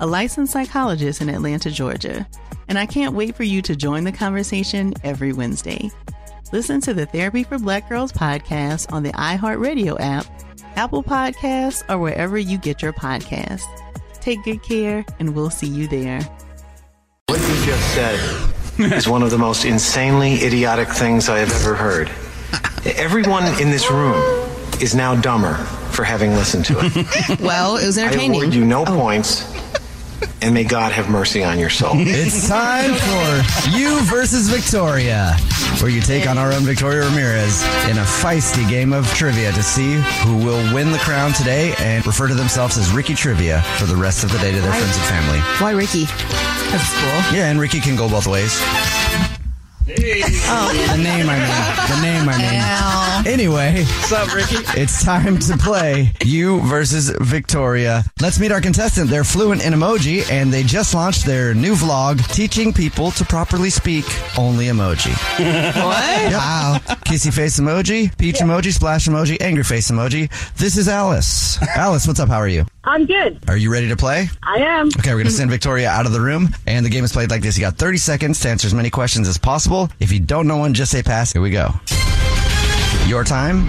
a licensed psychologist in Atlanta, Georgia, and I can't wait for you to join the conversation every Wednesday. Listen to the Therapy for Black Girls podcast on the iHeartRadio app, Apple Podcasts, or wherever you get your podcasts. Take good care, and we'll see you there. What you just said is one of the most insanely idiotic things I have ever heard. Everyone in this room is now dumber for having listened to it. Well, it was I entertaining. Oh. award you no points, and may God have mercy on your soul. It's time for You versus Victoria, where you take on our own Victoria Ramirez in a feisty game of trivia to see who will win the crown today and refer to themselves as Ricky Trivia for the rest of the day to their friends and family. Why Ricky? That's cool. Yeah, and Ricky can go both ways. The name I mean. The name I mean. Anyway, what's up, Ricky? It's time to play you versus Victoria. Let's meet our contestant. They're fluent in emoji, and they just launched their new vlog teaching people to properly speak only emoji. What? Wow. Kissy face emoji, peach emoji, splash emoji, angry face emoji. This is Alice. Alice, what's up? How are you? I'm good. Are you ready to play? I am. Okay, we're going to send Victoria out of the room, and the game is played like this. You got 30 seconds to answer as many questions as possible. If you don't know one, just say pass. Here we go. Your time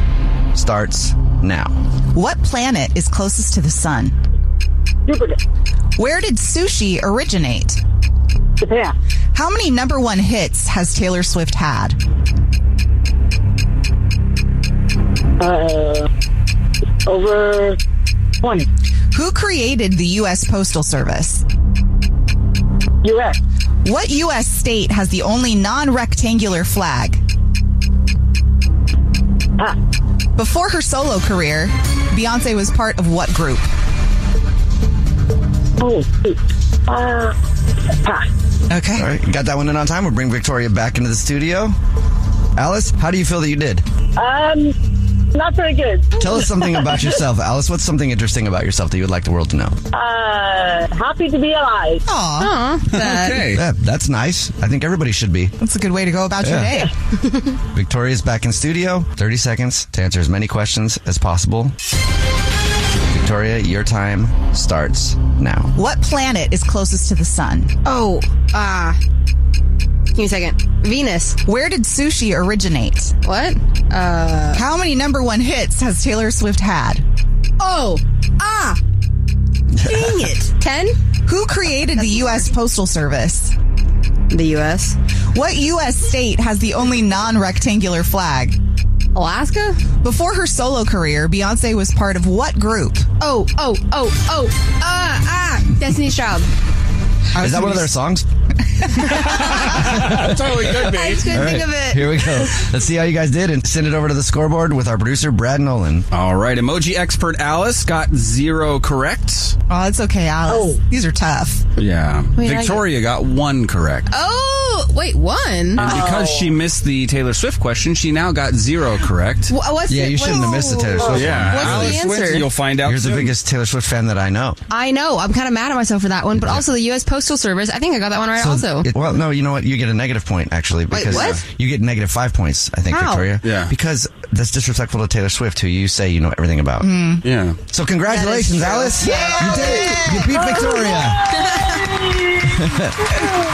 starts now. What planet is closest to the sun? Jupiter. Where did sushi originate? Japan. How many number one hits has Taylor Swift had? Uh, over 20. Who created the U.S. Postal Service? U.S. What U.S. state has the only non rectangular flag? Ah, Before her solo career, Beyonce was part of what group? oh, shoot. Uh, pass. Okay. All right, got that one in on time. We'll bring Victoria back into the studio. Alice, how do you feel that you did? Um, not very good. Tell us something about yourself, Alice. What's something interesting about yourself that you would like the world to know? Uh, happy to be alive. Aw, okay. Yeah, that's nice. I think everybody should be. that's a good way to go about Yeah. your day. Victoria's back in studio. 30 seconds to answer as many questions as possible. Victoria, your time starts now. What planet is closest to the sun? Oh, ah. give me a second. Venus. Where did sushi originate? What? Uh. How many number one hits has Taylor Swift had? Oh. Ah. Dang it. Ten. Who created the U.S. Postal Service? The U.S. What U.S. state has the only non rectangular flag? Alaska. Before her solo career, Beyonce was part of what group? Oh. Oh. Oh. Oh. Ah. Ah. Destiny's Child. Is that one of their songs? I just couldn't think of it. Here we go. Let's see how you guys did and send it over to the scoreboard with our producer, Brad Nolan. Oh. All right, emoji expert Alice got zero correct. Oh. Oh, it's okay, Alice. These are tough. Yeah. I Victoria got one correct. Oh. Oh, wait, one? And because Oh. she missed the Taylor Swift question, she now got zero correct. Wha- what's Yeah, the- you shouldn't have what's- missed the Taylor Swift one. Yeah, What's the Alice wins, answer? You'll find out. You're the biggest Taylor Swift fan that I know. I know. I'm kind of mad at myself for that one, but also the U.S. Postal Service. I think I got that one right. So- also, it- well, no, you know what? You get a negative point actually Wait, because what? you get negative five points. I think How? Victoria. Yeah. Because that's disrespectful to Taylor Swift, who you say you know everything about. Mm. Yeah. So congratulations, Alice. Yeah! You did it. You beat Victoria.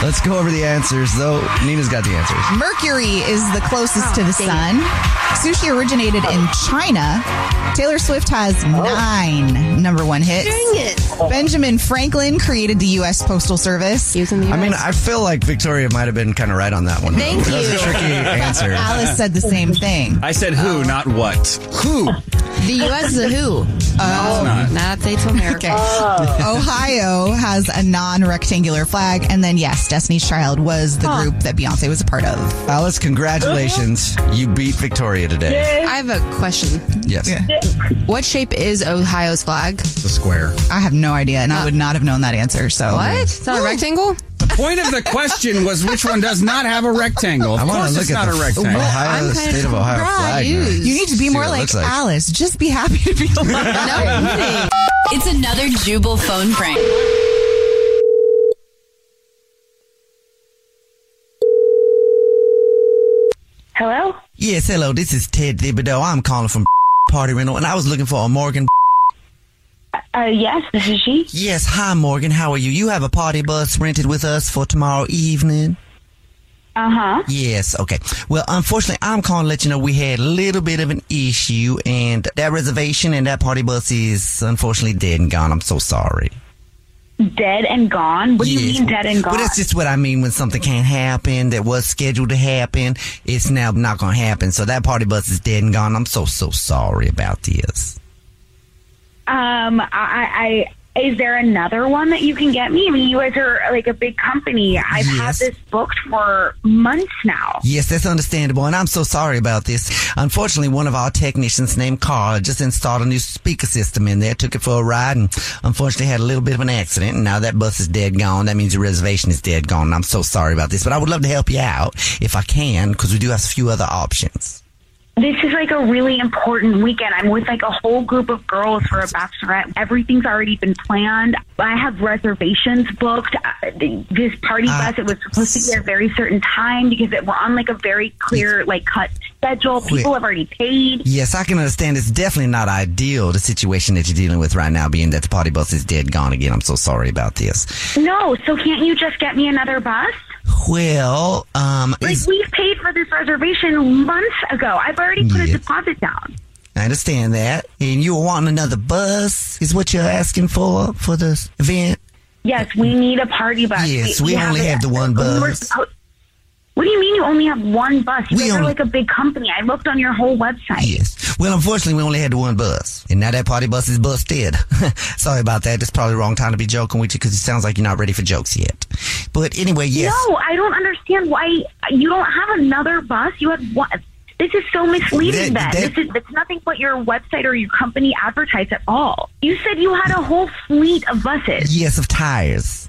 Let's go over the answers, though. Nina's got the answers. Mercury is the Oh, closest to the sun. Sushi originated in China. Taylor Swift Oh. has nine number one hits. Benjamin Franklin created the U.S. Postal Service. I mean, I feel like Victoria might have been kind of right on that one. though. Thank That was a you. tricky answer. Alice said the same thing. I said who, not what. Who? the U.S. is a who? Oh, not. not States of America. Ohio has a non-rectangular flag, and then yes, Destiny's Child was the group that Beyonce was a part of. Alice, congratulations. You beat Victoria today. I have a question. Yes. What shape is Ohio's flag? Uh, The square. I have no idea, and I would not have known that answer. So What? It's not a rectangle. The point of the question was which one does not have a rectangle. Of I want course to look it's at not the a rectangle. Ohio, the state of Ohio flag. now. surprised. You need to be See more what it like, looks like. Alice. Just be happy to be alive. No. It's another Jubal phone prank. Hello? Yes, hello. This is Ted Thibodeau. I'm calling from Party Rental, and I was looking for a Morgan. Uh, yes, this is she. Yes, hi Morgan. How are you? You have a party bus rented with us for tomorrow evening. Uh huh. Yes, okay. Well, unfortunately, I'm calling to let you know we had a little bit of an issue, and that reservation and that party bus is unfortunately dead and gone. I'm so sorry. Dead and gone? What do Yes. you mean dead and gone? Well, that's just what I mean when something can't happen that was scheduled to happen. It's now not going to happen. So that party bus is dead and gone. I'm so, so sorry about this. um, I, I, is there another one that you can get me? I mean, you guys are like a big company. I've Yes. had this booked for months now. Yes, that's understandable, and I'm so sorry about this. Unfortunately, one of our technicians named Carl just installed a new speaker system in there, took it for a ride, and unfortunately had a little bit of an accident, and now that bus is dead gone. That means your reservation is dead gone, and I'm so sorry about this, but I would love to help you out if I can, because we do have a few other options. This is like a really important weekend. I'm with like a whole group of girls for a bachelorette. Everything's already been planned. I have reservations booked. Uh, This party Ah. bus, it was supposed to be at a very certain time because it, we're on like a very clear, like cut schedule. People have already paid. Yes, I can understand it's definitely not ideal, the situation that you're dealing with right now, being that the party bus is dead gone again. I'm so sorry about this. No, so can't you just get me another bus? Well, um, Like is- we've paid for this reservation months ago. I've already put a Yes. deposit down. I understand that. And you were wanting another bus, is what you're asking for for this event? Yes, we need a party bus. Yes, we only it. have the one We were bus. supposed- What do you mean you only have one bus? You We guys are only- like a big company. I looked on your whole website. Yes. Well, unfortunately, we only had the one bus. And now that party bus is busted. Sorry about that. That's probably the wrong time to be joking with you because it sounds like you're not ready for jokes yet. But anyway, yes. No, I don't understand why you don't have another bus. You had one. This is so misleading. That- That, that- this is it's nothing but your website or your company advertised at all. You said you had a whole fleet of buses. Yes, of tires.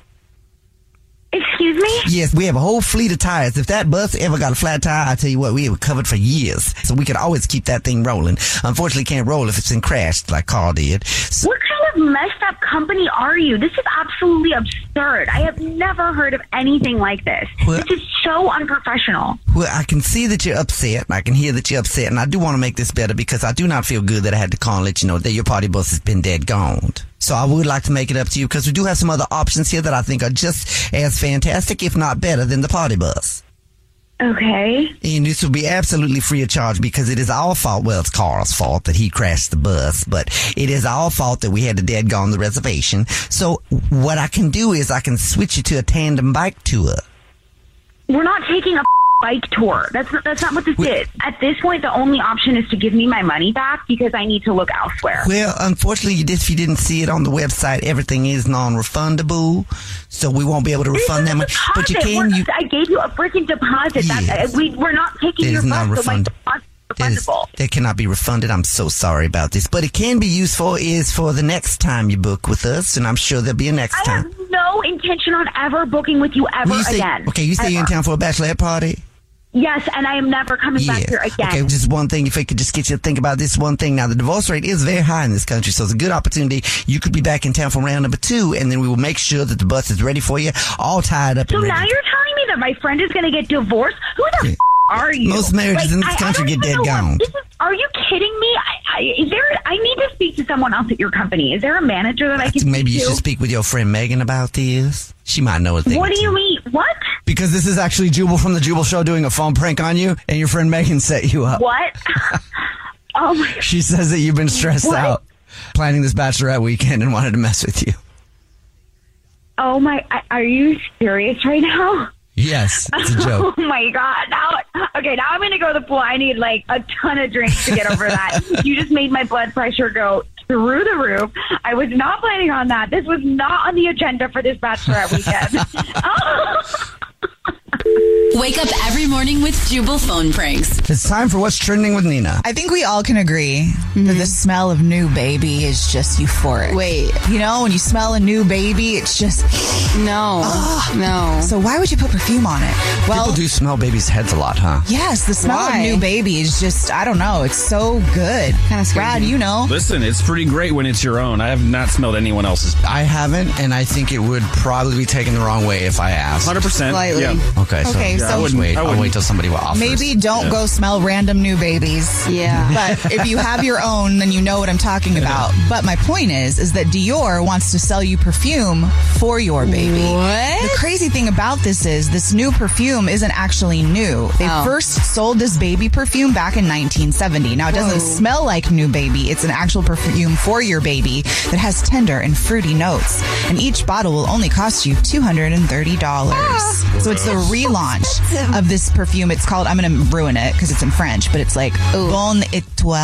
Excuse me. Yes, we have a whole fleet of tires. If that bus ever got a flat tire, I tell you what, we were covered for years. So we could always keep that thing rolling. Unfortunately, can't roll if it's in crashed like Carl did. So- What kind of messed up company are you? This is absolutely absurd. I have never heard of anything like this. What? This is so unprofessional. Well, I can see that you're upset. and I can hear that you're upset, and I do want to make this better because I do not feel good that I had to call and let you know that your party bus has been dead gone. So I would like to make it up to you because we do have some other options here that I think are just as fantastic, if not better, than the party bus. Okay. And this will be absolutely free of charge because it is our fault. Well, it's Carl's fault that he crashed the bus, but it is our fault that we had to dead gone the reservation. So what I can do is I can switch you to a tandem bike tour. We're not taking a bike tour. That's not, that's not what this is. At this point, the only option is to give me my money back because I need to look elsewhere. Well, unfortunately, you- if you didn't see it on the website, everything is non-refundable, so we won't be able to refund that much. But you Deposit. can We're- you I gave you a freaking deposit. That, Yes. uh, we, we're not taking It your is bus, so my non-refundable. deposit That, is, that cannot be refunded. I'm so sorry about this, but it can be useful is for the next time you book with us, and I'm sure there'll be a next I time. have no intention on ever booking with you ever Well, you stay- again. Okay, you stay in Ever. town for a bachelorette party. Yes, and I am never coming back here again. Okay, just one thing. If I could just get you to think about this one thing. Now, the divorce rate is very high in this country, so it's a good opportunity. You could be back in town for round number two, and then we will make sure that the bus is ready for you, all tied up. So and ready. now you're telling me that my friend is going to get divorced? Who the f- are you? Most marriages in this country get dead gone. This is, are you kidding me? I, I, is there? I need to speak to someone else at your company. Is there a manager that I can? Maybe you speak should speak with your friend Megan about this. She might know a to? thing. What do you mean? What? Because this is actually Jubal from the Jubal Show doing a phone prank on you, and your friend Megan set you up. What? oh my! She says that you've been stressed What? out planning this bachelorette weekend and wanted to mess with you. Oh my! I- Are you serious right now? Yes, it's a joke. Oh my god! Now, okay, now I'm gonna go to the pool. I need like a ton of drinks to get over that. you just made my blood pressure go through the roof. I was not planning on that. This was not on the agenda for this bachelorette weekend. Wake up every morning with Jubal phone pranks. It's time for what's trending with Nina. I think we all can agree that Mm-hmm. the smell of new baby is just euphoric. Wait. You know, when you smell a new baby, it's just. No. no. So why would you put perfume on it? Well, People do smell babies' heads a lot, huh? yes, the smell of new baby is just, I don't know, it's so good. Kind of Brad, you know. Listen, it's pretty great when it's your own. I have not smelled anyone else's. I haven't, and I think it would probably be taken the wrong way if I asked. 100%. Slightly. yeah. Okay, so, Okay, yeah, so- I wouldn't wait. I I'll wouldn't. wait till somebody offers. Maybe don't go smell random new babies. Yeah. But if you have your own, then you know what I'm talking about. But my point is, is that Dior wants to sell you perfume for your baby. What? The crazy thing about this is this new perfume isn't actually new. They Oh. first sold this baby perfume back in 1970. Now it doesn't Whoa. smell like new baby. It's an actual perfume for your baby that has tender and fruity notes. And each bottle will only cost you $230. Ah. So it's the relaunch of this perfume. It's called, I'm going to ruin it because it's in French, but it's like Bon Etoile.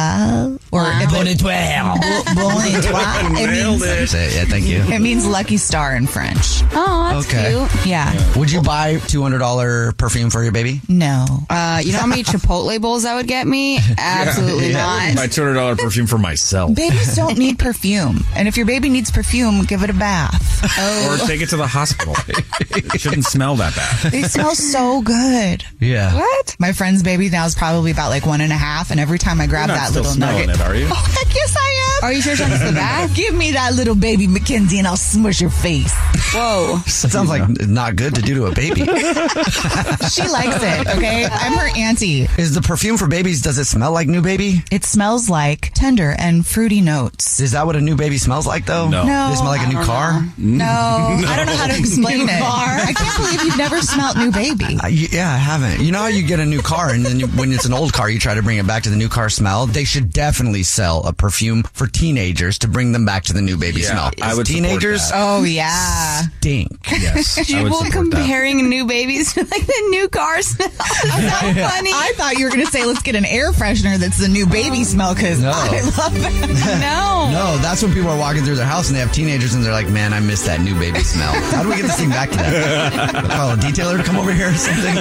Or Bon Etoile. Bon Etoile. It means, That's it. Yeah, thank you. it means lucky star in French. Oh, that's Okay. cute. Yeah. Would you buy two hundred dollar perfume for your baby? No. Uh, you know how many Chipotle bowls that would get me? Absolutely My not. two hundred dollar perfume for myself, Babies don't need perfume. And if your baby needs perfume, give it a bath. Oh. Or take it to the hospital. it shouldn't smell that bad. They smell so good. Yeah. What? My friend's baby now is probably about like one and a half, and every time I grab You're not that still little smelling nugget, it, are you? oh heck yes I am. Are you sure it's not just the bath? Give me that little baby Mackenzie, and I'll smush your face. Whoa. That sounds like not good to do to a baby. She likes it. Okay, I'm her auntie. Is the perfume for babies? Does it smell like new baby? It smells like tender and fruity notes. Is that what a new baby smells like though? No. Mm-hmm. No, They smell like a new car. No, I don't know how to explain it. I can't believe you've never smelt new baby. I- y- yeah, I haven't. You know how you get a new car, and then you, when it's an old car, you try to bring it back to the new car smell. They should definitely sell a perfume for teenagers to bring them back to the new baby Yeah, smell. I would support teenagers that. Oh yeah. stink. Yes. I would People support that. comparing new babies to like the new car smell. That's so funny. I thought you were going to say, let's get an air freshener that's the new baby smell because No. I love it. no. No, that's when people are walking through their house and they have teenagers and they're like, "Man, I miss that new baby smell. How do we get this thing back to that? Call a detailer to come over here or something."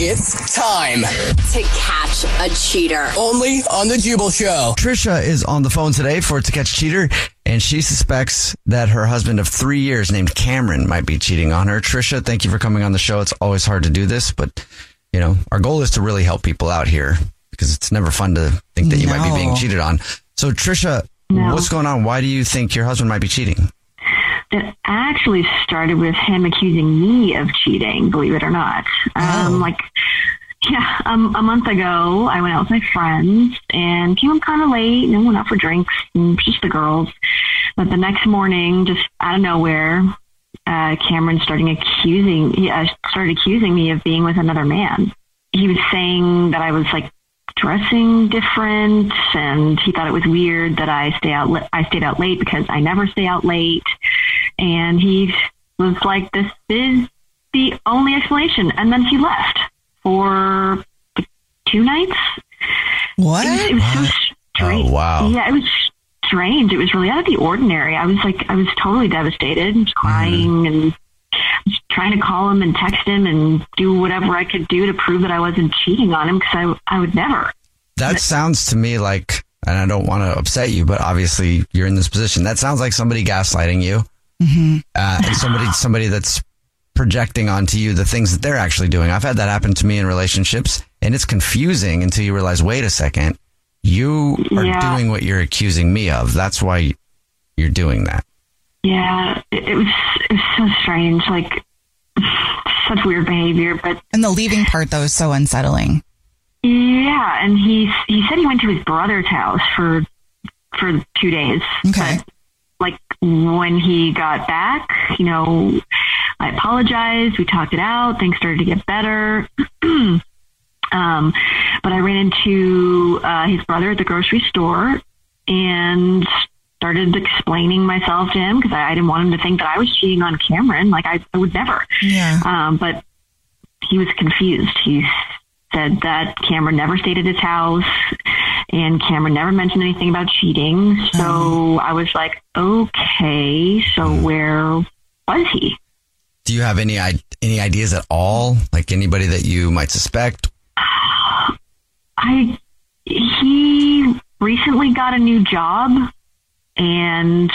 It's time To catch a cheater. only on the Jubal Show. Trisha is on the phone today for To Catch a Cheater, and she suspects that her husband of three years named Cameron might be cheating on her. Trisha, thank you for coming on the show. It's always hard to do this, but you know, our goal is to really help people out here because it's never fun to think that you might be being No. cheated on. So, Trisha, what's going on? Why do you think your husband might be cheating? That actually started with him accusing me of cheating, believe it or not. Um, Like, yeah, um, a month ago, I went out with my friends and came up kind of late and went out for drinks and just the girls. But the next morning, just out of nowhere, uh, Cameron starting accusing, he uh, started accusing me of being with another man. He was saying that I was like dressing different, and he thought it was weird that I stay out. li- I stayed out late because I never stay out late, and he was like, "This is the only explanation." And then he left for two nights. It was, What? it was so strange. Oh, wow. Yeah, it was strange. It Mm-hmm. was really out of the ordinary. I was like, I was totally devastated, crying, and trying to call him and text him and do whatever I could do to prove that I wasn't cheating on him because I, I would never. That sounds to me like, and I don't want to upset you, but obviously you're in this position. That sounds like somebody gaslighting you, Mm-hmm. uh, and somebody somebody that's projecting onto you the things that they're actually doing. I've had that happen to me in relationships, and it's confusing until you realize, wait a second, you are Yeah. doing what you're accusing me of. That's why you're doing that. Yeah, Uh, it, it was it was so strange, like such weird behavior. But And the leaving part though is so unsettling. yeah, and he he said he went to his brother's house for for two days. Okay. But, like when he got back, you know, I apologized. We talked it out. Things started to get better. um, but I ran into uh, his brother at the grocery store and started explaining myself to him because I, I didn't want him to think that I was cheating on Cameron. Like I, I would never. Yeah. Um, but he was confused. He said that Cameron never stayed at his house and Cameron never mentioned anything about cheating. So I was like, okay, so where was he? Do you have any i- any ideas at all? Like anybody that you might suspect? I he recently got a new job and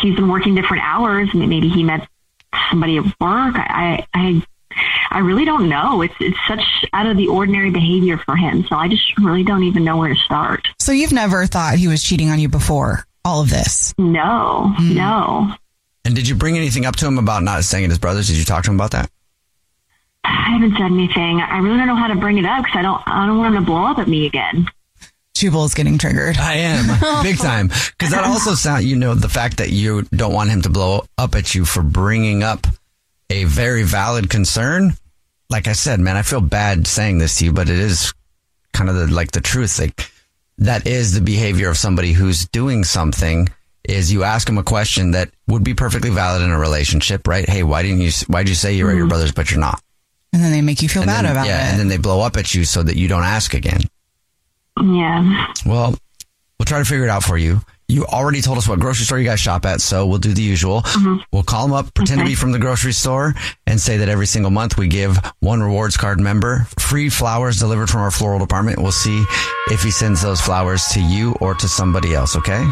he's been working different hours. M- Maybe he met somebody at work. I I I really don't know. It's it's such out of the ordinary behavior for him. So I just really don't even know where to start. So you've never thought he was cheating on you before all of this? Mm. No, no. And did you bring anything up to him about not staying at his brother's? Did you talk to him about that? I haven't said anything. I really don't know how to bring it up because I don't I don't want him to blow up at me again. Jubal's getting triggered. I am big time because that also sound you know the fact that you don't want him to blow up at you for bringing up a very valid concern. Like I said, man, I feel bad saying this to you, but it is kind of the, like the truth. Like that is the behavior of somebody who's doing something. Is you ask them a question that would be perfectly valid in a relationship, right? Hey, why didn't you? Why'd you say you were at your brother's but you're not? And then they make you Mm-hmm. feel And bad then- about yeah, it. and then they blow up at you so that you don't ask again. Yeah. Well, we'll try to figure it out for you. You already told us what grocery store you guys shop at, so we'll do the usual. We'll call them up, pretend to be from the grocery store, and say that every single month we give one rewards card member free flowers delivered from our floral department. We'll see if he sends those flowers to you or to somebody else, okay?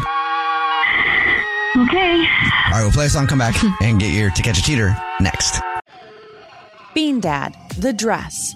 Okay. All right, we'll play a song, come back, and get your To Catch a Cheater next. Bean Dad, The Dress,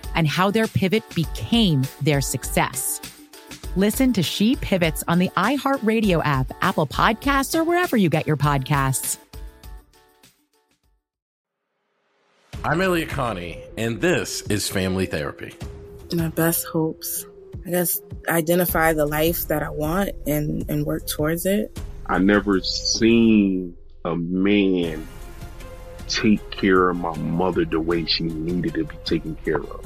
and how their pivot became their success. Listen to She Pivots on the iHeartRadio app, Apple Podcasts, or wherever you get your podcasts. I'm Elliot Connie, and this is Family Therapy. My best hopes I guess identify the life that I want and, and work towards it. I never seen a man take care of my mother the way she needed to be taken care of.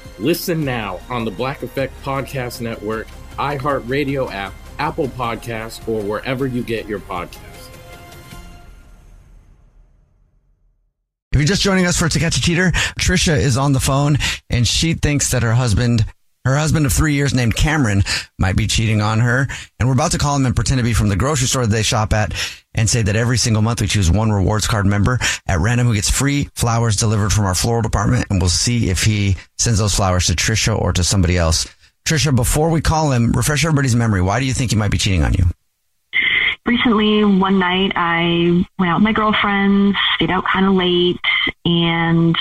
Listen now on the Black Effect Podcast Network, iHeartRadio app, Apple Podcasts, or wherever you get your podcasts. If you're just joining us for To Catch a Cheater, Trisha is on the phone and she thinks that her husband, her husband of three years named Cameron, might be cheating on her. And we're about to call him and pretend to be from the grocery store that they shop at and say that every single month we choose one rewards card member at random who gets free flowers delivered from our floral department. And we'll see if he sends those flowers to Trisha or to somebody else. Trisha, before we call him, refresh everybody's memory. Why do you think he might be cheating on you? recently one night i went out with my girlfriends stayed out kind of late and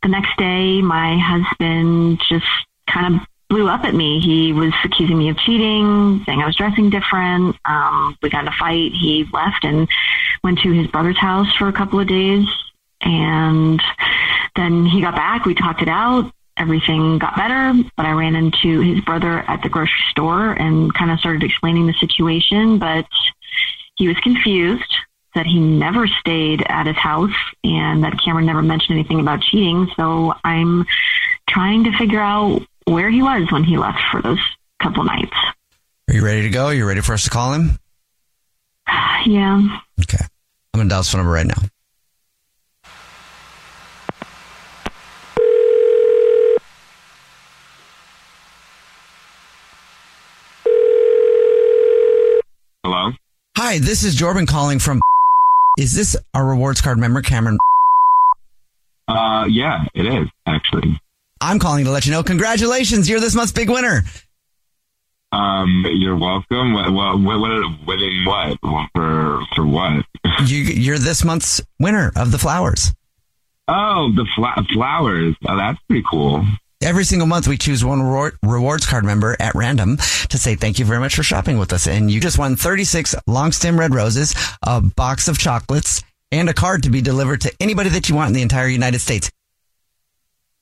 the next day my husband just kind of blew up at me he was accusing me of cheating saying i was dressing different um, we got in a fight he left and went to his brother's house for a couple of days and then he got back we talked it out everything got better, but I ran into his brother at the grocery store and kind of started explaining the situation, but he was confused that he never stayed at his house and that Cameron never mentioned anything about cheating. So I'm trying to figure out where he was when he left for those couple nights. Are you ready to go? Are you ready for us to call him? Yeah. Okay. I'm going to dial his phone number right now. Hello? Hi, this is Jordan calling from. Is this our rewards card member, Cameron? Uh, yeah, it is, actually. I'm calling to let you know. Congratulations, you're this month's big winner. Um, you're welcome. What, what, what, what winning what? For, for what? You, you're this month's winner of the flowers. Oh, the fla- flowers. Oh, that's pretty cool. Every single month, we choose one reward, rewards card member at random to say thank you very much for shopping with us. And you just won 36 long stem red roses, a box of chocolates, and a card to be delivered to anybody that you want in the entire United States.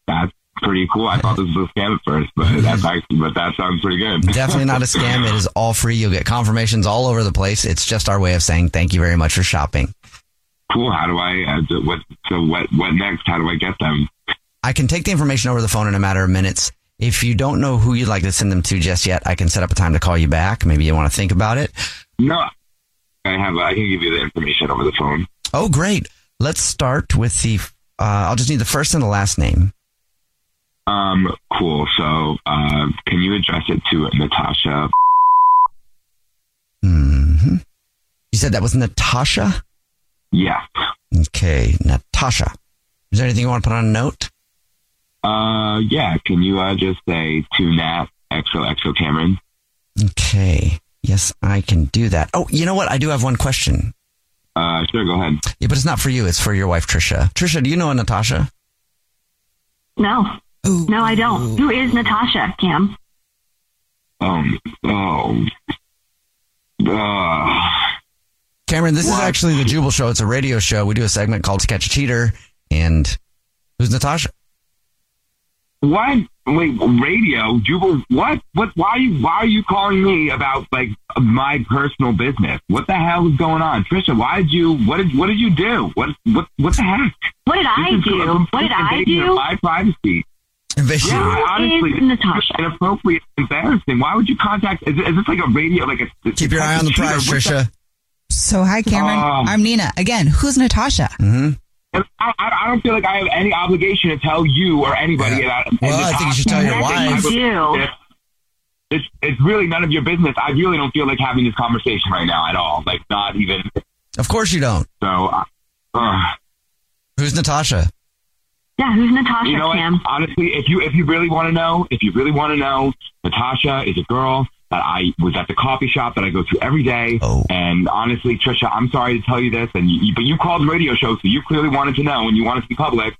That's pretty cool. I thought this was a scam at first, but that's actually, but that sounds pretty good. Definitely not a scam. It is all free. You'll get confirmations all over the place. It's just our way of saying thank you very much for shopping. cool. How do I? Uh, so what? So what? What next? How do I get them? I can take the information over the phone in a matter of minutes. If you don't know who you'd like to send them to just yet, I can set up a time to call you back. Maybe you want to think about it. No, I have. I can give you the information over the phone. Oh, great. Let's start with the. Uh, I'll just need the first and the last name. Um, cool. So, uh, can you address it to Natasha? hmm You said that was Natasha? Yeah. Okay, Natasha. Is there anything you want to put on a note? Uh, yeah. Can you uh, just say to Nat XOXO Cameron? Okay. Yes, I can do that. Oh, you know what? I do have one question. Uh, sure. Go ahead. Yeah, but it's not for you. It's for your wife, Trisha. Trisha, do you know a Natasha? No. No, I don't. Who is Natasha, Cam? Um. Oh. Uh, Cameron, this is actually the Jubal Show. It's a radio show. We do a segment called To Catch a Cheater. And who's Natasha? what? Wait, radio, Jubal. What? What? Why are you? Why are you calling me about like my personal business? What the hell is going on, Trisha? Why did you? What did? What did you do? What? What? What the heck? What did I This is do? a What did complete I invasion do? of My privacy. Invasion. Yeah, Who honestly, is this is inappropriate, embarrassing. Why would you contact? Is, is this like a radio? Like a keep your eye on the prize, Trisha. So, hi, Cameron. Um, I'm Nina. Again, who's Natasha? Mm-hmm. I, I I don't feel like I have any obligation to tell you or anybody about. and Well, I think you should tell your Nothing wife. you do. It's, it's really none of your business. I really don't feel like having this conversation right now at all. Like, not even. Of course you don't. So, uh, ugh. Who's Natasha? Yeah, who's Natasha, you know what? Cam? Honestly, if you if you really want to know, if you really want to know, Natasha is a girl that I was at the coffee shop that I go to every day. And honestly, Trisha, I'm sorry to tell you this, and you, but you called the radio show, so you clearly wanted to know and you wanted to be public.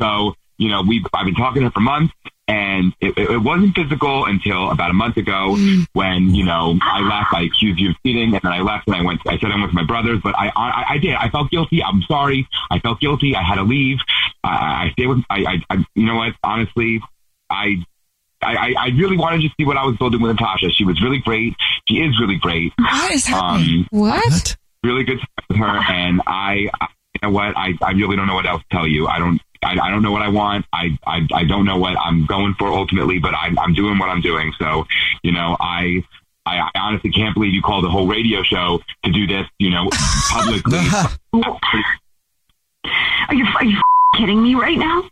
So you know, we I've been talking to her for months. And it, it it wasn't physical until about a month ago Hmm. when, you know, I left, I accused you of cheating, and then I left and I went, I said I went to my brother's, but I, I, I did. I felt guilty. I'm sorry. I felt guilty. I had to leave. I, I stayed with, I, I, I, you know what? Honestly, I I, I, I really wanted to see what I was building with Natasha. She was really great. She is really great. What is happening? Um, what? Really good time with her, and I, I you know what? I, I really don't know what else to tell you. I don't. I, I don't know what I want. I, I I don't know what I'm going for ultimately, but I'm I'm doing what I'm doing. So, you know, I I, I honestly can't believe you called the whole radio show to do this. You know, publicly. Are you, are you f- kidding me right now?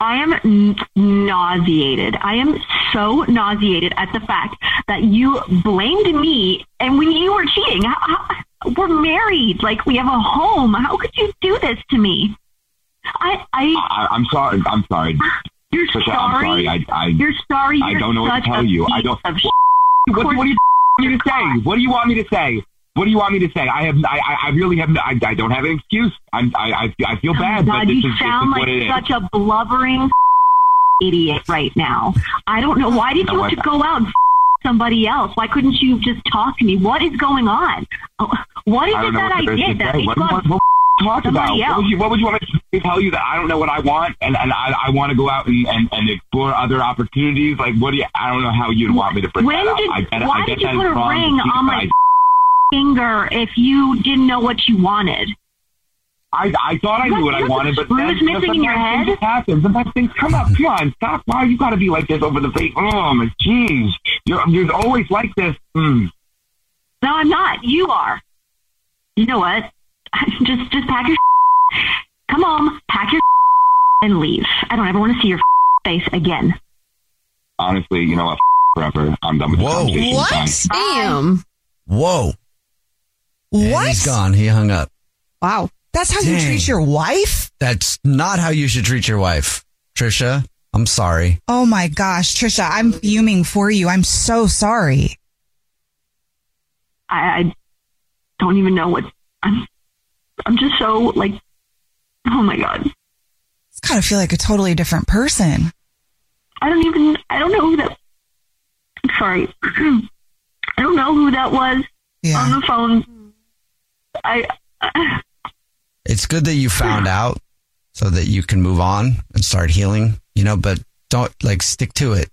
I am n- nauseated. I am so nauseated at the fact that you blamed me and when you were cheating. How, how, we're married. Like, we have a home. How could you do this to me? I, I, I, I'm sorry. I'm sorry. You're Trisha, I'm sorry. sorry. I, I, You're sorry. I You're don't know what to such tell a you. I piece don't. of What, what do you want me to say? What do you want me to say? What do you want me to say? I have. I, I- I really have. no- I, I don't have an excuse. I'm, I, I. I feel bad, Oh God, but this you is, this is sound what it is. like such a blubbering idiot right now. I don't know. Why did No, you I- have to go out and somebody else? Why couldn't you just talk to me? What is going on? Oh, What is I it don't know that what I there is did to that say. makes What, you what, what talk about? somebody What else? would, you, what would you want me to tell you that I don't know what I want and, and I, I want to go out and, and, and explore other opportunities? Like, what do you, I don't know how you'd want me to bring When that did- up. I get, why I get did you that put it's a wrong to ring cheat, on but my I, finger if you didn't know what you wanted? I, I thought I knew what I wanted, but then, screws you know, missing in your sometimes head? things happen. Sometimes things come up. Come on, stop. Why you got to be like this over the face? Oh, my jeez. You're, you're always like this. Mm. No, I'm not. You are. You know what? just just pack your come home, pack your and leave. I don't ever want to see your face again. Honestly, you know what? F- Forever. I'm done with this conversation. Bye. Damn. Whoa. What? He's gone. He hung up. Wow. That's how you Dang. treat your wife? That's not how you should treat your wife, Trisha. I'm sorry. Oh my gosh, Trisha, I'm fuming for you. I'm so sorry. I, I don't even know what I'm. I'm just so like, oh my god, It's gotta feel like a totally different person. I don't even. I don't know who that. I'm sorry, I don't know who that was on the phone. I. I It's good that you found out so that you can move on and start healing, you know, but don't like stick to it.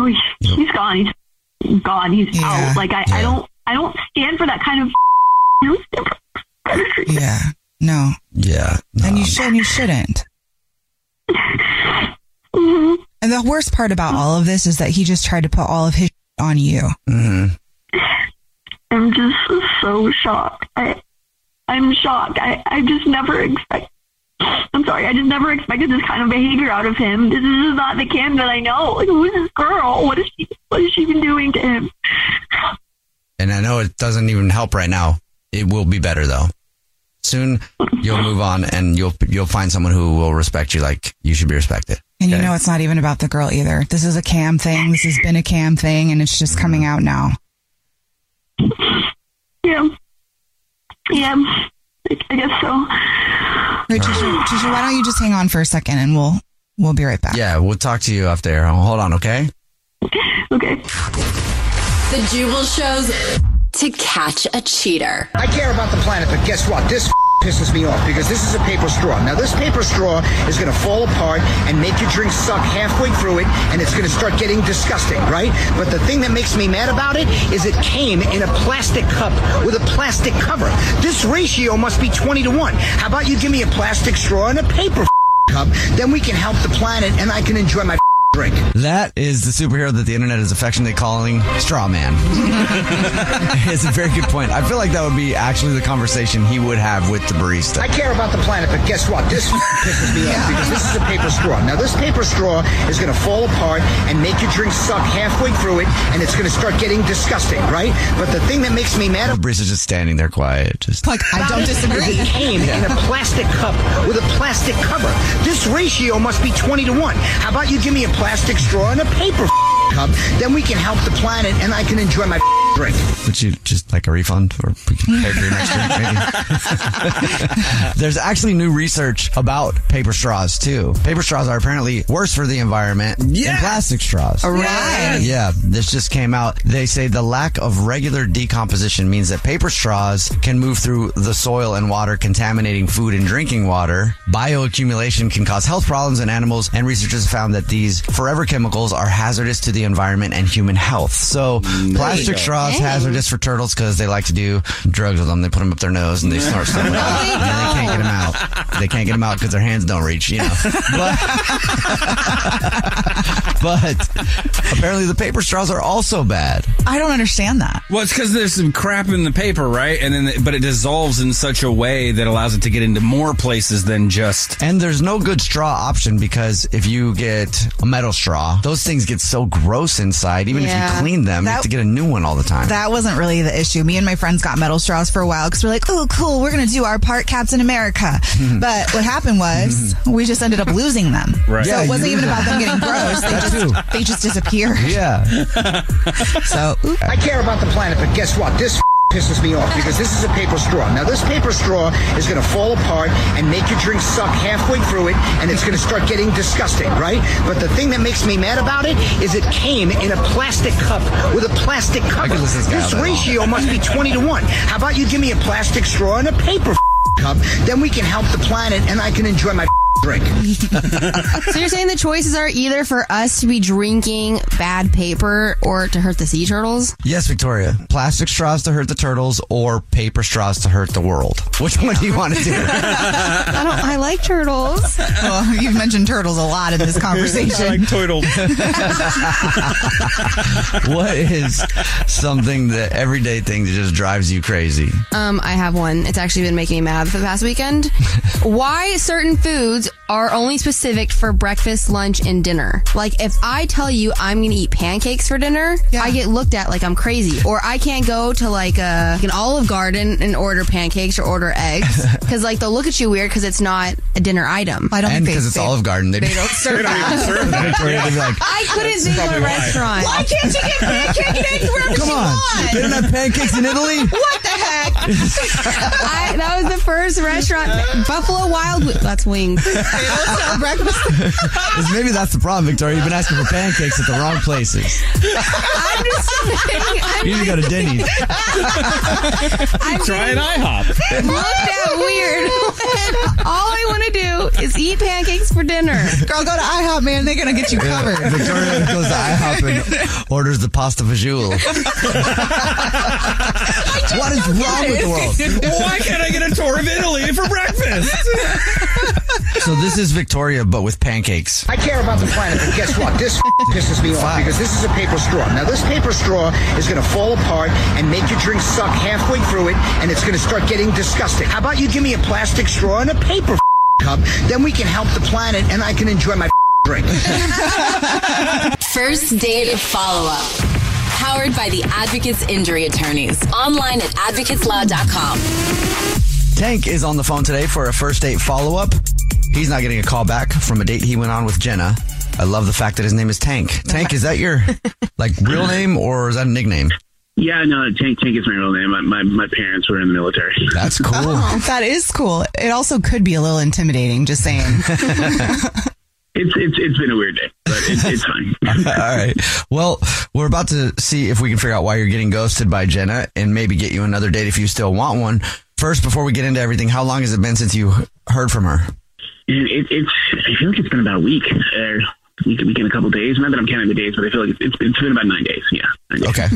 Oy, he's gone. He's gone. He's out. Like I, I don't. I don't stand for that kind of. I don't stand for that kind of treatment. Yeah. No. Yeah. And you should and you shouldn't. Mm-hmm. And the worst part about all of this is that he just tried to put all of his on you. Mm-hmm. I'm just so shocked. I, I'm shocked. I, I just never expect. I'm sorry. I just never expected this kind of behavior out of him. This is not the Cam that I know. Like, who is this girl? What is she? What has she been doing to him? And I know it doesn't even help right now. It will be better though. Soon you'll move on and you'll you'll find someone who will respect you like you should be respected. And you know it's not even about the girl either. This is a cam thing. This has been a cam thing and it's just coming out now. Yeah. Yeah. I I guess so. Wait, Trisha, Trisha, why don't you just hang on for a second and we'll we'll be right back. Yeah, we'll talk to you after. Hold on, okay? Okay. The Jubal shows to catch a cheater. I care about the planet, but guess what? This pisses me off because this is a paper straw. Now, this paper straw is going to fall apart and make your drink suck halfway through it, and it's going to start getting disgusting, right? But the thing that makes me mad about it is it came in a plastic cup with a plastic cover. This ratio must be 20 to 1. How about you give me a plastic straw and a paper cup? Then we can help the planet, and I can enjoy my drink. That is the superhero that the internet is affectionately calling Straw Man. it's a very good point. I feel like that would be actually the conversation he would have with the barista. I care about the planet, but guess what? This pisses me off because this is a paper straw. Now, this paper straw is going to fall apart and make your drink suck halfway through it, and it's going to start getting disgusting, right? But the thing that makes me mad The barista's just standing there quiet. Just like about it is it came in a plastic cup with a plastic cover. This ratio must be 20 to 1. How about you give me a plastic straw and a paper hub, then we can help the planet and I can enjoy my drink. Would you just like a refund or we can pay for your next drink? Maybe. There's actually new research about paper straws too. Paper straws are apparently worse for the environment than plastic straws. All right. Yeah, this just came out. They say the lack of regular decomposition means that paper straws can move through the soil and water, contaminating food and drinking water. Bioaccumulation can cause health problems in animals, and researchers found that these forever chemicals are hazardous to the environment and human health. So, plastic go. straws Dang. hazardous for turtles because they like to do drugs with them. They put them up their nose and they snort stuff, and then they can't get them out. They can't get them out because their hands don't reach. You know. But apparently the paper straws are also bad. I don't understand that. Well, it's because there's some crap in the paper, right? And then, but it dissolves in such a way that allows it to get into more places than just. And there's no good straw option because if you get a metal straw, those things get so gross inside. Even if Yeah. you clean them, you That- have to get a new one all the time. That wasn't really the issue. Me and my friends got metal straws for a while because we're like, oh, cool, we're going to do our part Captain America. Mm-hmm. but what happened was we just ended up losing them. Right. So Yeah, it you wasn't lose even about them them. getting gross. They That too. just, they just disappeared. yeah. so I care about the planet, but guess what? This pisses me off because this is a paper straw. Now this paper straw is going to fall apart and make your drink suck halfway through it, and it's going to start getting disgusting, right? But the thing that makes me mad about it is it came in a plastic cup with a plastic cover. listen to this guy This all day long. ratio must be twenty to one. How about you give me a plastic straw and a paper cup? Then we can help the planet, and I can enjoy my drink. So you're saying the choices are either for us to be drinking bad paper or to hurt the sea turtles? Yes, Victoria. Plastic straws to hurt the turtles or paper straws to hurt the world. Which one do you want to do? I don't. I like turtles. Well, you've mentioned turtles a lot in this conversation. I like turtles. what is something that everyday thing that just drives you crazy? Um, I have one. It's actually been making me mad for the past weekend. Why certain foods are only specific for breakfast, lunch, and dinner. Like if I tell you I'm gonna eat pancakes for dinner, I get looked at like I'm crazy. Or I can't go to like a, an Olive Garden and order pancakes or order eggs because like they'll look at you weird because it's not a dinner item. I and because it's Olive Garden, they, they don't serve They don't even that. serve that. Victoria, they'd be like, I couldn't That's think of a probably why. restaurant. Why can't you get pancake and eggs wherever Come she on. wants? They don't have pancakes in Italy? What the heck? I, that was the first restaurant, Buffalo Wild. Wi- That's wings. breakfast. Maybe that's the problem, Victoria. You've been asking for pancakes at the wrong places. I'm just saying. I'm You need to go to Denny's. I'm Try an IHOP. Looked at weird. All I want to do is eat pancakes for dinner. Girl, go to IHOP, man. They're gonna get you Yeah, covered. Victoria goes to IHOP and orders the pasta visual. What is wrong with the world? Why can't I get a tour of Italy for breakfast? So this is Victoria, but with pancakes. I care about the planet, but guess what? This pisses me off because this is a paper straw. Now, this paper straw is going to fall apart and make your drink suck halfway through it, and it's going to start getting disgusting. How about you give me a plastic straw and a paper cup? Then we can help the planet, and I can enjoy my drink. First date follow up. Powered by the Advocates Injury Attorneys. Online at advocateslaw.com. Tank is on the phone today for a first date follow up. He's not getting a call back from a date he went on with Jenna. I love the fact that his name is Tank. Tank, is that your like real name or is that a nickname? Yeah, no, Tank Tank is my real name. My my, my parents were in the military. That's cool. Oh, that is cool. It also could be a little intimidating. Just saying. It's it's it's been a weird day, but it's it's fine. All right. Well, we're about to see if we can figure out why you're getting ghosted by Jenna and maybe get you another date if you still want one. First, before we get into everything, how long has it been since you heard from her? And it, it's I feel like it's been about a week or week week and a couple days. Not that I'm counting the days, but I feel like it's it's been about nine days. Yeah. Okay.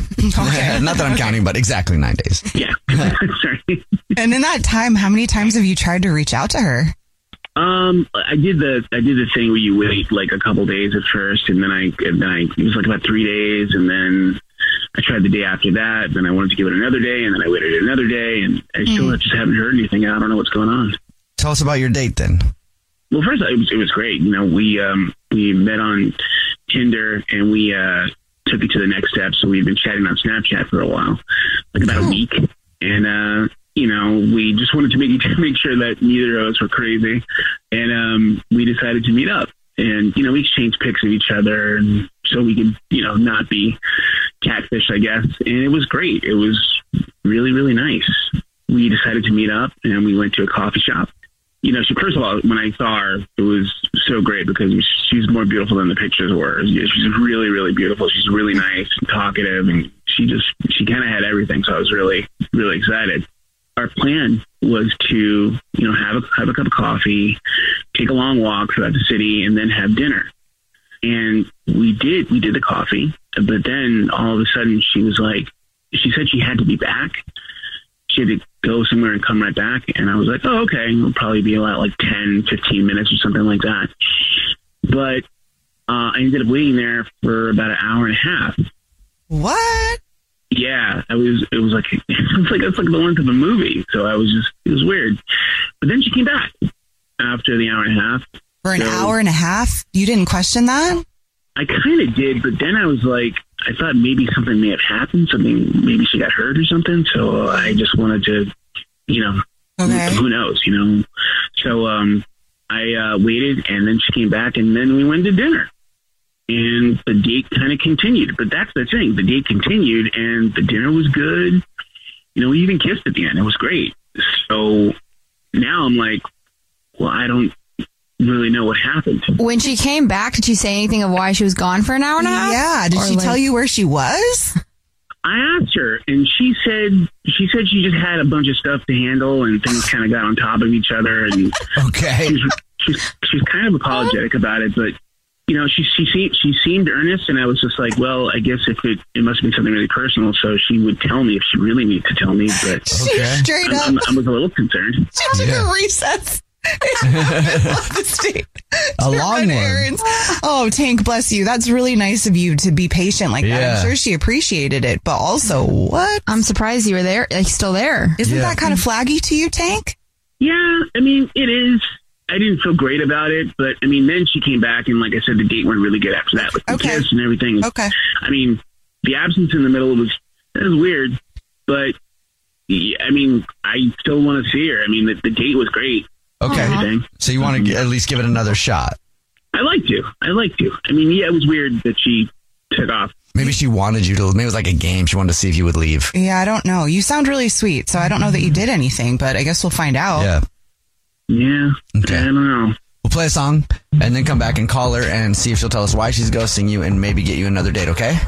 Not that I'm counting, but exactly nine days. Yeah. Sorry. and in that time, how many times have you tried to reach out to her? Um, I did the I did the thing where you wait like a couple days at first, and then I and then I it was like about three days, and then I tried the day after that. Then I wanted to give it another day, and then I waited another day, and I still just haven't heard anything. I don't know what's going on. Tell us about your date then. Well, first it was it was great. You know, we um we met on Tinder, and we uh took it to the next step. So we've been chatting on Snapchat for a while, like about a week, and uh you know we just wanted to make make sure that neither of us were crazy, and um we decided to meet up. And you know we exchanged pics of each other and so we could, you know, not be catfish, I guess. And it was great. It was really, really nice. We decided to meet up and we went to a coffee shop. You know, she, first of all, when I saw her, it was so great because she's more beautiful than the pictures were. Yeah, She's really, really beautiful. She's really nice and talkative and she just, she kind of had everything. So I was really, really excited. Our plan was to, you know, have a, have a cup of coffee, take a long walk throughout the city and then have dinner and we did we did the coffee but then all of a sudden she was like she said she had to be back she had to go somewhere and come right back and i was like oh okay it'll probably be about like 10 15 minutes or something like that but uh, i ended up waiting there for about an hour and a half what yeah i was it was like it's like it's like the length of a movie so i was just it was weird but then she came back after the hour and a half For an So- hour and a half? You didn't question that? I kind of did, but then I was like, I thought maybe something may have happened, something maybe she got hurt or something. So I just wanted to, you know, who knows, you know. So um, I uh, waited, and then she came back, and then we went to dinner, and the date kind of continued. But that's the thing, the date continued, and the dinner was good. You know, we even kissed at the end. It was great. So now I'm like, well, I don't really know what happened. When she came back, did she say anything of why she was gone for an hour and a half? Yeah. Did she tell you where she was? I asked her, and she said she said she just had a bunch of stuff to handle, and things kind of got on top of each other. And okay, she's, she's she's kind of apologetic about it, but you know she she seemed she seemed earnest, and I was just like, well, I guess if it it must have been something really personal, so she would tell me if she really needed to tell me. But She straight I'm- up- I'm- I was a little concerned. She took a recess. I love this date. A long one. Errands. Oh, Tank, bless you. That's really nice of you to be patient like that. Yeah. I'm sure she appreciated it, but also, what? I'm surprised you were there, like still there. Isn't that kind of flaggy to you, Tank? Yeah, I mean, it is. I didn't feel great about it, but I mean, then she came back, and like I said, the date went really good after that with the kiss and everything. Okay. I mean, the absence in the middle was that was weird, but yeah, I mean, I still want to see her. I mean, the, the date was great. Okay. and everything. So you want to at least give it another shot. Mm-hmm. I like to. I like to. I mean, yeah, it was weird that she took off. Maybe she wanted you to. Maybe it was like a game. She wanted to see if you would leave. Yeah, I don't know. You sound really sweet, so I don't know that you Mm-hmm. did anything, but I guess we'll find out. Yeah. Yeah. Okay. I don't know. We'll play a song and then come back and call her and see if she'll tell us why she's ghosting you and maybe get you another date. Okay.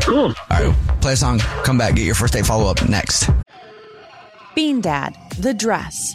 Cool. All right. Play a song. Come back. Get your first date follow up next. Bean Dad, The Dress,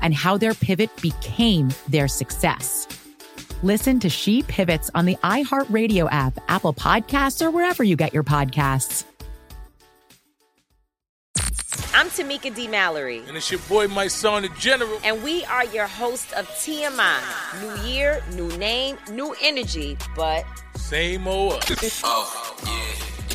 and how their pivot became their success. Listen to She Pivots on the iHeartRadio app, Apple Podcasts, or wherever you get your podcasts. I'm Tamika D. Mallory. And it's your boy, my son, the general. And we are your host of TMI. New year, new name, new energy, but Same old.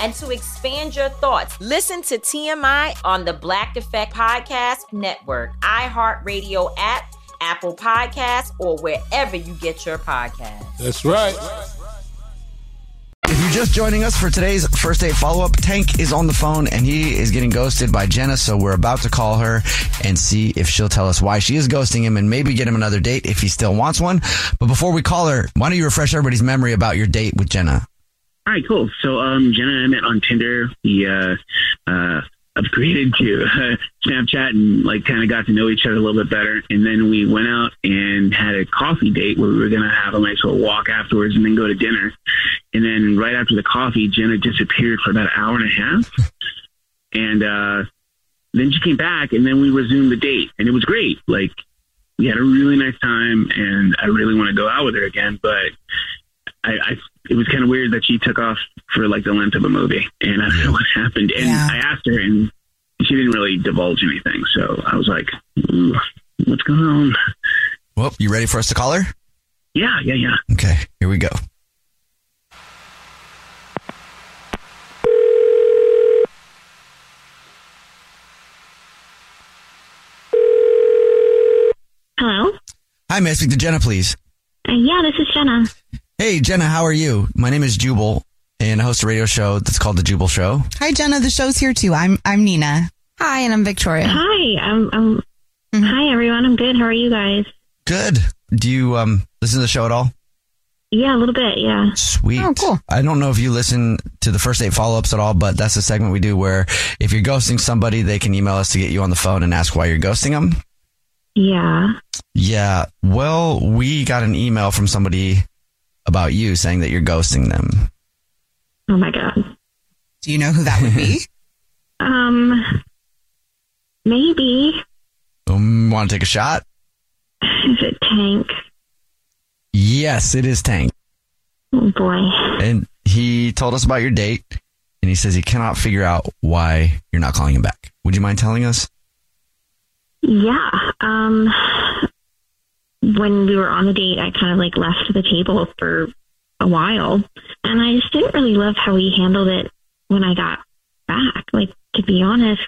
and to expand your thoughts, listen to TMI on the Black Effect Podcast Network, iHeartRadio app, Apple Podcasts, or wherever you get your podcasts. That's right. If you're just joining us for today's first date follow up, Tank is on the phone and he is getting ghosted by Jenna. So we're about to call her and see if she'll tell us why she is ghosting him and maybe get him another date if he still wants one. But before we call her, why don't you refresh everybody's memory about your date with Jenna? All right, cool. So, um, Jenna and I met on Tinder. We uh, uh, upgraded to uh, Snapchat and like kind of got to know each other a little bit better. And then we went out and had a coffee date where we were gonna have a nice little walk afterwards and then go to dinner. And then right after the coffee, Jenna disappeared for about an hour and a half. And uh, then she came back, and then we resumed the date, and it was great. Like we had a really nice time, and I really want to go out with her again, but I, I it was kind of weird that she took off for like the length of a movie, and I don't know what happened. And I asked her, and she didn't really divulge anything. So I was like, Ooh, "What's going on?" Well, you ready for us to call her? Yeah, yeah, yeah. Okay, here we go. Hello? Hi, may I speak to Jenna, please? Uh, yeah, this is Jenna. Hey, Jenna, how are you? My name is Jubal, and I host a radio show that's called The Jubal Show. Hi, Jenna. The show's here too. I'm I'm Nina. Mm-hmm. Hi, and I'm Victoria. Hi, I'm. I'm Hi, everyone. I'm good. How are you guys? Good. Do you um, listen to the show at all? Yeah, a little bit. Yeah. Sweet. Oh, cool. I don't know if you listen to the first eight follow ups at all, but that's a segment we do where if you're ghosting somebody, they can email us to get you on the phone and ask why you're ghosting them. Yeah. Yeah. Well, we got an email from somebody about you saying that you're ghosting them. Oh my god. Do you know who that would be? Um. Maybe um, Want to take a shot? is it Tank? Yes, it is Tank. Oh boy. And he told us about your date, and he says he cannot figure out why you're not calling him back. Would you mind telling us? Yeah. Um. When we were on the date, I kind of like left the table for a while, and I just didn't really love how he handled it when I got back. Like to be honest,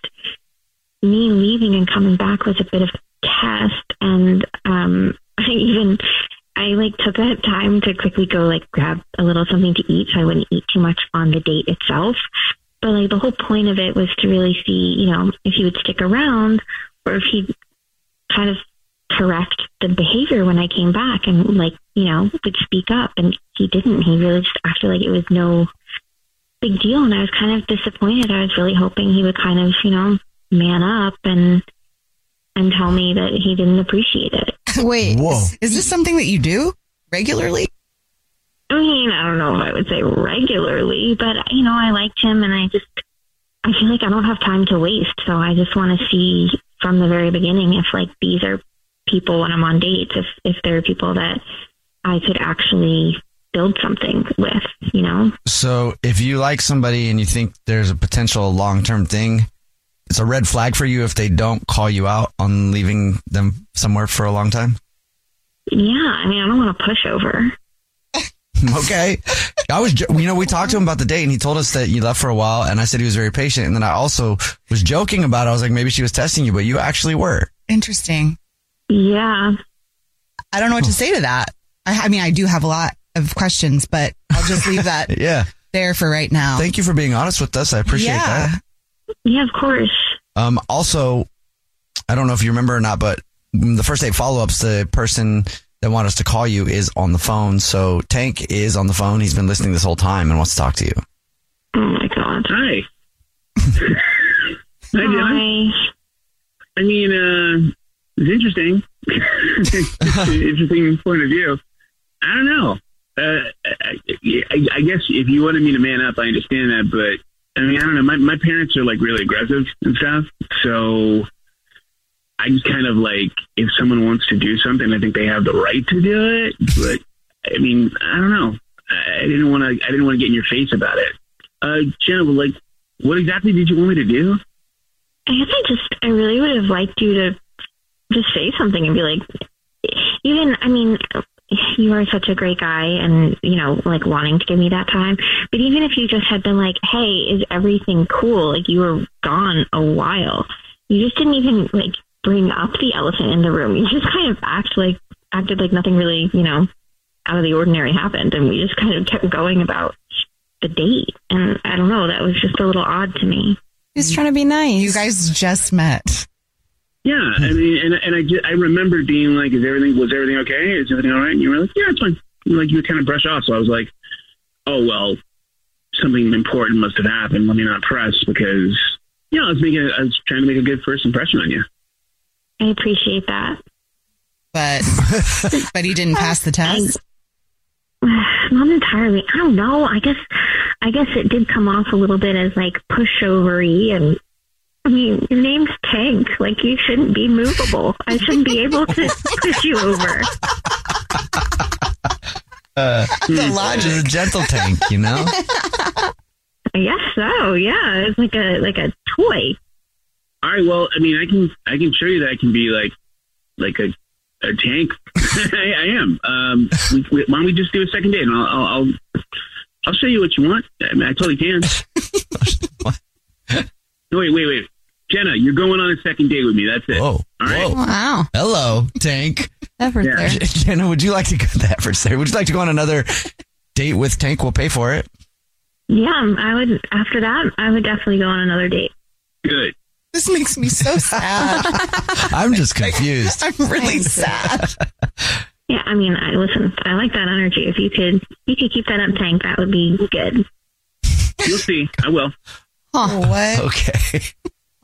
me leaving and coming back was a bit of a test and um I even I like took that time to quickly go like grab a little something to eat so I wouldn't eat too much on the date itself. But like the whole point of it was to really see, you know, if he would stick around or if he'd kind of correct the behavior when I came back and like, you know, would speak up and he didn't. He really just acted like it was no big deal and I was kind of disappointed. I was really hoping he would kind of, you know, man up and and tell me that he didn't appreciate it. Wait. Whoa. Is, is this something that you do regularly? I mean, I don't know if I would say regularly, but you know, I liked him and I just I feel like I don't have time to waste, so I just want to see from the very beginning if like these are people when I'm on dates, if if there are people that I could actually build something with, you know? So, if you like somebody and you think there's a potential long term thing, it's a red flag for you if they don't call you out on leaving them somewhere for a long time. Yeah, I mean, I don't want to push over. okay. I was, jo- you know, we talked to him about the date and he told us that you left for a while. And I said he was very patient. And then I also was joking about it. I was like, maybe she was testing you, but you actually were. Interesting. Yeah. I don't know what to say to that. I, I mean, I do have a lot of questions, but I'll just leave that Yeah. there for right now. Thank you for being honest with us. I appreciate Yeah. that. Yeah, of course. Um, also, I don't know if you remember or not, but the first eight follow ups, the person that wanted us to call you is on the phone. So Tank is on the phone. He's been listening this whole time and wants to talk to you. Oh my god. Hi. Hi, Jenna. I mean, uh, it's interesting. It's an interesting point of view. I don't know. Uh, I, I, I guess if you wanted me to man up, I understand that. But I mean, I don't know. My my parents are like really aggressive and stuff, so I just kind of like if someone wants to do something, I think they have the right to do it. But I mean, I don't know. I I didn't want to. I didn't want to get in your face about it. Uh, Jenna, like, what exactly did you want me to do? I guess I just, I really would have liked you to just say something and be like, even, I mean, you are such a great guy and, you know, like wanting to give me that time. But even if you just had been like, hey, is everything cool? Like, you were gone a while. You just didn't even, like, bring up the elephant in the room. You just kind of act like, acted like nothing really, you know, out of the ordinary happened. And we just kind of kept going about the date. And I don't know, that was just a little odd to me. He's trying to be nice. You guys just met. Yeah, I mean, and and I, ju- I remember being like, "Is everything was everything okay? Is everything all right?" And you were like, "Yeah, it's fine." And, like you would kind of brush off. So I was like, "Oh well, something important must have happened. Let me not press because you know I was making a, I was trying to make a good first impression on you." I appreciate that. But but he didn't pass the test. Not entirely. I don't know. I guess I guess it did come off a little bit as like pushovery and I mean, your name's Tank. Like you shouldn't be movable. I shouldn't be able to push you over. Uh, The logic. She's a gentle tank, you know? I guess so, yeah. It's like a like a toy. All right. Well, I mean, I can I can show you that I can be like like a a tank. I, I am. Um, we, we, why don't we just do a second date and I'll I'll I'll, I'll show you what you want. I, mean, I totally can. no, wait, wait, wait, Jenna, you're going on a second date with me. That's it. Whoa. All right. Wow. Hello, Tank. Effort Yeah. there. Jenna, would you like to go that first there? Would you like to go on another date with Tank? We'll pay for it. Yeah, um, I would after that I would definitely go on another date. Good. This makes me so sad. I'm just confused. I'm really sad. Yeah, I mean I listen, I like that energy. If you could you could keep that up tank, that would be good. You'll see. I will. Huh. What? Okay.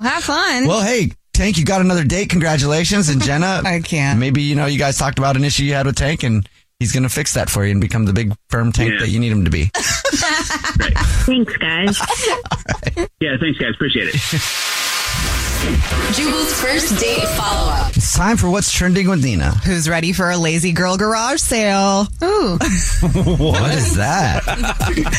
Have fun. Well, hey, Tank, you got another date. Congratulations. And Jenna, I can't. Maybe, you know, you guys talked about an issue you had with Tank, and he's going to fix that for you and become the big, firm Tank that you need him to be. Thanks, guys. Yeah. Thanks, guys. Appreciate it. Jubal's first date follow up. It's time for what's trending with Nina. Who's ready for a lazy girl garage sale? Ooh. what is that?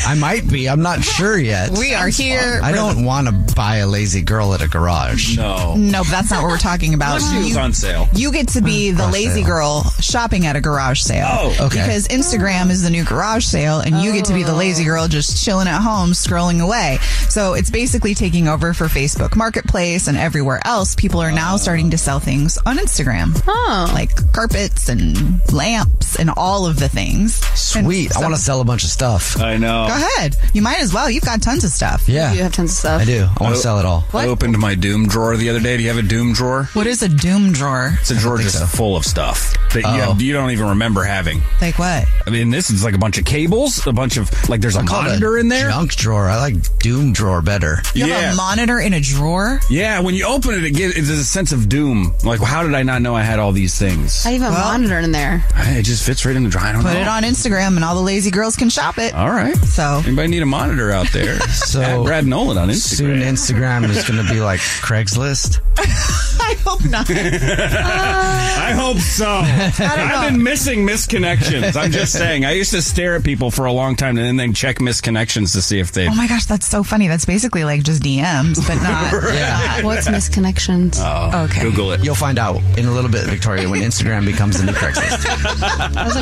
I might be. I'm not sure yet. We are here. I don't want to buy a lazy girl at a garage. No. No, but that's not what we're talking about. You- sale. You get to be the Garage lazy sale. girl shopping at a garage sale. Oh. Okay. Because Instagram is the new garage sale, and you get to be the Oh. lazy girl just chilling at home, scrolling away. So it's basically taking over for Facebook Marketplace and everywhere else. People are now starting to sell things on Instagram. Oh. Like carpets and lamps and all of the things. Sweet. I want to sell a bunch of stuff. I know. Go ahead. You might as well. You've got tons of stuff. Yeah. You have tons of stuff. I do. I want Oh. to sell it all. I opened my doom drawer the other day. Do you have a doom drawer? What is a doom drawer? It's a drawer just full of stuff that you, Oh. have, you don't even remember having. Like what? I mean, this is like a bunch of cables, a bunch of like there's a call it a monitor in there. Junk drawer. I like doom drawer better. You have a monitor in a drawer? Yeah, when you open it, it gives it's a sense of doom. Like, how did I not know I had all these things? I even have a monitor in there. It just fits right in the dry. I don't Put know. it on Instagram, and all the lazy girls can shop it. All right. So anybody need a monitor out there? so Brad Nolan on Instagram. Soon Instagram is going to be like Craigslist. I hope not. I hope so. I've been missing misconnections. I'm just saying. I used to stare at people for a long time and then check misconnections to see if they. Oh my gosh, that's so funny. That's basically like just DMs, but not. Right. What's misconnections? Oh, okay. Google it. You'll find out in a little bit, Victoria, when Instagram becomes the new Craigslist. That was a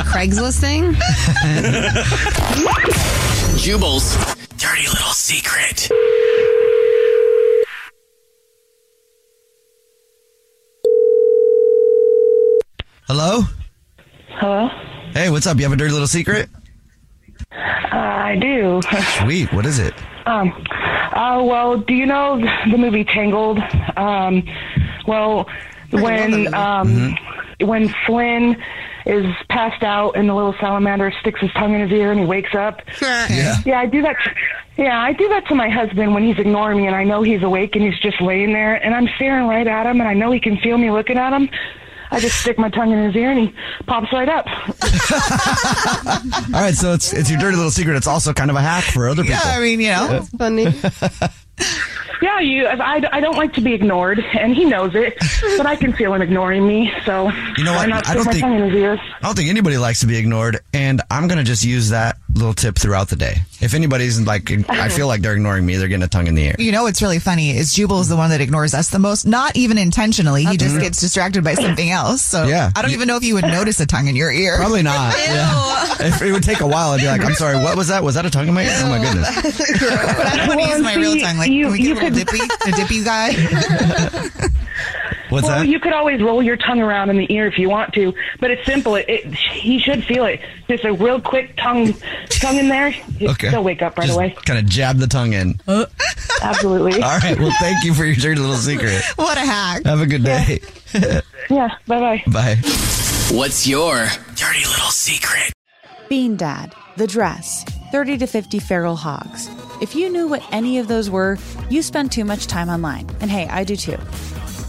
Craigslist thing? Jubal's dirty little secret. Hello? Hello? Hey, what's up? You have a dirty little secret? Uh, I do. Sweet. What is it? Um, uh, well, do you know the movie Tangled? Um, well, when um, when Flynn is passed out and the little salamander sticks his tongue in his ear and he wakes up. yeah. I do that. Yeah, I do that to my husband when he's ignoring me and I know he's awake and he's just laying there and I'm staring right at him and I know he can feel me looking at him. I just stick my tongue in his ear and he pops right up. All right, so it's it's your dirty little secret. It's also kind of a hack for other people. It's funny. yeah, you. I, I don't like to be ignored, and he knows it, but I can feel him ignoring me. So You know why what? not I don't stick my think- tongue in his ears? I don't think anybody likes to be ignored, and I'm gonna just use that little tip throughout the day. If anybody's like, I feel like they're ignoring me, they're getting a tongue in the air. You know what's really funny is Jubal's the one that ignores us the most, not even intentionally. He Uh-huh. just gets distracted by something else. So Yeah. I don't even know if you would notice a tongue in your ear. Probably not. Yeah. If it would take a while, I'd be like, I'm sorry, what was that? Was that a tongue in my ear? Oh my goodness. but I don't want to use my real tongue. Like, can we get a little dippy, a dippy guy? What's well, that? you could always roll your tongue around in the ear if you want to, but it's simple. It, it he should feel it. Just a real quick tongue, tongue in there. Okay. He'll wake up right Just away. Kind of jab the tongue in. Absolutely. All right. Well, thank you for your dirty little secret. What a hack. Have a good day. yeah. Bye bye. Bye. What's your dirty little secret? Bean Dad, The Dress, 30 to 50 Feral Hogs. If you knew what any of those were, you spend too much time online. And hey, I do too.